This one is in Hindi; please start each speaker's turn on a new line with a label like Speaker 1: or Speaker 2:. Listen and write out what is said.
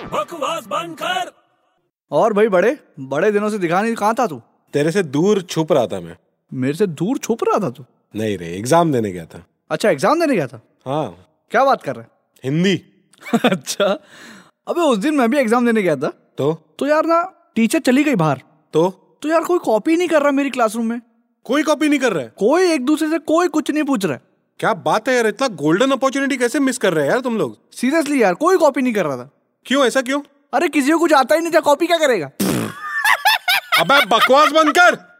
Speaker 1: आवाज बंद कर
Speaker 2: और भाई बड़े बड़े दिनों से दिखा नहीं कहाँ था तू
Speaker 3: तेरे से दूर छुप रहा था मैं
Speaker 2: मेरे से दूर छुप रहा था तू
Speaker 3: नहीं रे एग्जाम देने गया था
Speaker 2: अच्छा एग्जाम देने गया था
Speaker 3: हाँ
Speaker 2: क्या बात कर रहा
Speaker 3: हिंदी
Speaker 2: है अच्छा अबे उस दिन मैं भी एग्जाम देने गया था
Speaker 3: तो
Speaker 2: तो यार ना टीचर चली गई बाहर
Speaker 3: तो
Speaker 2: तो यार कोई कॉपी नहीं कर रहा मेरी क्लासरूम में
Speaker 3: कोई कॉपी नहीं कर रहा है
Speaker 2: कोई एक दूसरे से कोई कुछ नहीं पूछ रहा है
Speaker 3: क्या बात है यार इतना गोल्डन अपॉर्चुनिटी कैसे मिस कर रहे हैं यार तुम लोग
Speaker 2: सीरियसली यार कोई कॉपी नहीं कर रहा था
Speaker 3: क्यों ऐसा क्यों
Speaker 2: अरे किसी को कुछ आता ही नहीं था कॉपी क्या करेगा
Speaker 3: अबे बकवास बंद कर